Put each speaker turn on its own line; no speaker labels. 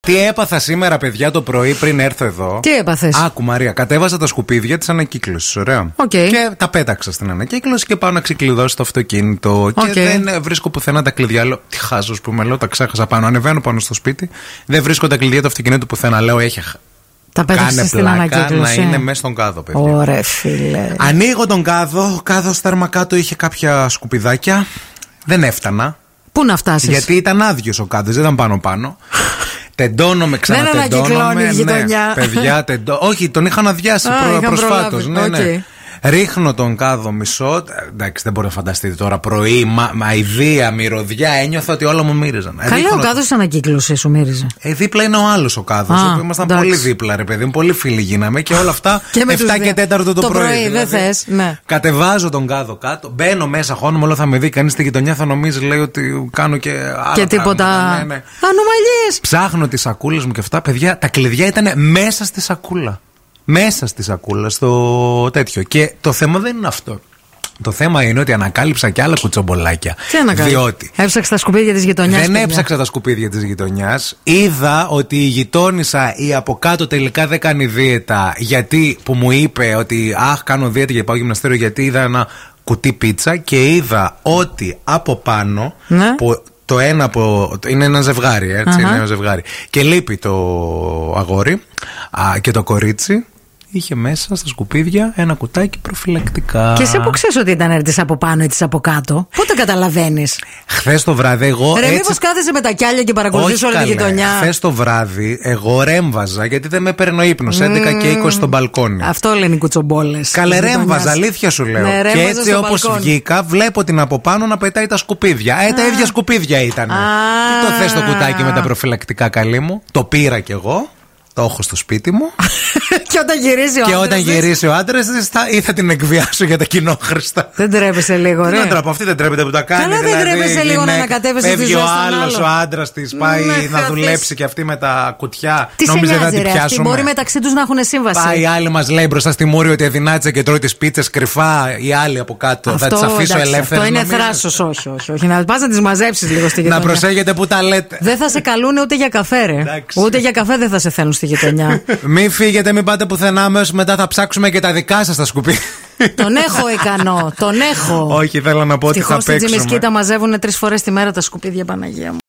Τι έπαθα σήμερα, παιδιά, το πρωί πριν έρθω εδώ.
Τι έπαθες.
Άκου, Μαρία, κατέβαζα τα σκουπίδια της ανακύκλωσης. Ωραία.
Οκ.
Και τα πέταξα στην ανακύκλωση και πάω να ξεκλειδώσω το αυτοκίνητο.
Οκ.
Και δεν ε, βρίσκω πουθενά τα κλειδιά. Λέω, τι χάζω, ας πούμε, λέω, τα ξέχασα πάνω. Ανεβαίνω πάνω στο σπίτι. Δεν βρίσκω τα κλειδιά του αυτοκινήτου πουθενά. Λέω, έχει.
Τα πέταξες
Κάνε
στην
πλάκα να
ανακύκλωση. ε.
είναι μέσα στον κάδο, παιδιά.
Ωραία, φίλε.
Ανοίγω τον κάδο. Ο κάδος θέρμα κάτω είχε κάποια σκουπιδάκια. Δεν έφτανα.
Πού να φτάσεις.
Γιατί ήταν άδειος ο κάδος, δεν ήταν πάνω-πάνω. Τεντώνομαι, ξανατεντώνομαι.
ανακυκλώνει η γειτονιά.
Ναι, παιδιά, τεντώ... Όχι, τον είχαν αδειάσει
Α,
προ...
είχαν
προσφάτως.
προλάβει.
Ναι, ναι.
Οκ.
Ρίχνω τον κάδο μισό. Ε, Εντάξει, δεν μπορώ να φανταστείτε τώρα. Πρωί, μα, μαϊδία, μυρωδιά. Ένιωθα ότι όλα μου μύριζαν. Ε,
Καλά,
ρίχνω
ο κάδος της ανακύκλωσης σου μύριζε.
ε, δίπλα είναι ο άλλος ο κάδος.
Α,
Όπου ήμασταν
εντάξει.
πολύ δίπλα, ρε παιδί μου. Πολύ φίλοι γίναμε και όλα αυτά.
Και με
7
τους
και
δύο.
4 το,
Το πρωί,
δηλαδή.
δεν θες, ναι.
Κατεβάζω τον κάδο κάτω. Μπαίνω μέσα, χώνομαι, όλο θα με δει κανείς στη γειτονιά. Θα νομίζει, λέει, ότι κάνω και άλλα.
Και τίποτα.
πράγματα. Ναι, ναι.
Ανομαλίες.
Ψάχνω τις σακούλες μου και αυτά, παιδιά. Τα κλειδιά ήταν μέσα στη σακούλα. Μέσα στη σακούλα, στο τέτοιο. Και το θέμα δεν είναι αυτό. Το θέμα είναι ότι ανακάλυψα και άλλα κουτσομπολάκια.
Τι να κάνω.
Διότι
Έψαξες τα σκουπίδια της γειτονιάς.
δεν έψαξα τα σκουπίδια της γειτονιάς. Είδα ότι η γειτόνισσα η από κάτω τελικά δεν κάνει δίαιτα. Γιατί που μου είπε ότι Αχ, κάνω δίαιτα για πάω γυμναστήριο, γιατί είδα ένα κουτί πίτσα και είδα ότι από πάνω.
Ναι.
Που το ένα από. το- Είναι ένα ζευγάρι, έτσι.
Αχα.
Είναι ένα ζευγάρι. Και λείπει το αγόρι α, και το κορίτσι. Είχε μέσα στα σκουπίδια ένα κουτάκι προφυλακτικά.
Και σε που ξέρεις ότι ήταν τη από πάνω ή της από κάτω. Πού το καταλαβαίνεις.
Χθες το βράδυ, εγώ.
Ρε,
έτσι
μήπως κάθεσαι με τα κιάλια και παρακολουθείς όλη τη γειτονιά.
Χθες το βράδυ εγώ ρέμβαζα γιατί δεν με παίρνω ύπνο. 11 και 20 στο μπαλκόνι.
Αυτό λένε οι κουτσομπόλες.
Καλέ ρέμβαζα, αλήθεια σου λέω.
Ναι,
και
ρέμβαζα
έτσι
στο
όπως
μπαλκόνι.
βγήκα, βλέπω την από πάνω να πετάει τα σκουπίδια. Ε, τα ίδια σκουπίδια ήταν.
Α.
Τι το θες το κουτάκι με τα προφυλακτικά καλή μου. Το πήρα κι εγώ. Το έχω στο σπίτι μου.
και όταν γυρίζει ο
και
άντρας
όταν
της,
γυρίσει ο άντρας της, θα, ή θα την εκβιάσω για τα κοινόχρηστα.
Δεν τρέπεσαι λίγο, ρε.
Δεν τρέπε, αυτή δεν τρέπεται που τα κάνει.
Καλά, δεν
δηλαδή,
τρέπεσαι
η
λίγο να
γυναίκα.
ανακατεύεσαι τη
Φεύγει
ζωή
ο
στον
άλλος,
άλλο.
ο άντρας της, πάει
Ναι,
να
θεαθείς.
δουλέψει και αυτή με τα κουτιά.
Τι σε
Νόμιζε θα
νοιάζει,
την
ρε. Αυτή
πιάσουμε.
μπορεί μεταξύ τους να έχουν σύμβαση.
Πάει η άλλη, μας λέει μπροστά στη μούρη ότι αδυνάτησε και τρώει τις πίτσες κρυφά. Η άλλη από κάτω. θα τις αφήσω
εντάξει,
ελεύθερες.
Αυτό είναι θράσος, όχι, όχι. όχι. Να πας να τις μαζέψεις λίγο στη
Να
γειτονιά.
προσέχετε που τα λέτε.
Δεν θα σε καλούν ούτε για καφέ, ρε.
Εντάξει.
Ούτε για καφέ δεν θα σε θέλουν στη γειτονιά.
Μην φύγετε, μην πάτε πουθενά. Αμέσως μετά θα ψάξουμε και τα δικά σας τα σκουπίδια.
τον έχω ικανό, τον έχω.
Όχι, θέλω να πω ότι θα
Ευτυχώς στην
παίξουμε.
Τζιμισκή τα μαζεύουν τρεις φορές τη μέρα τα σκουπίδια Παναγία μου.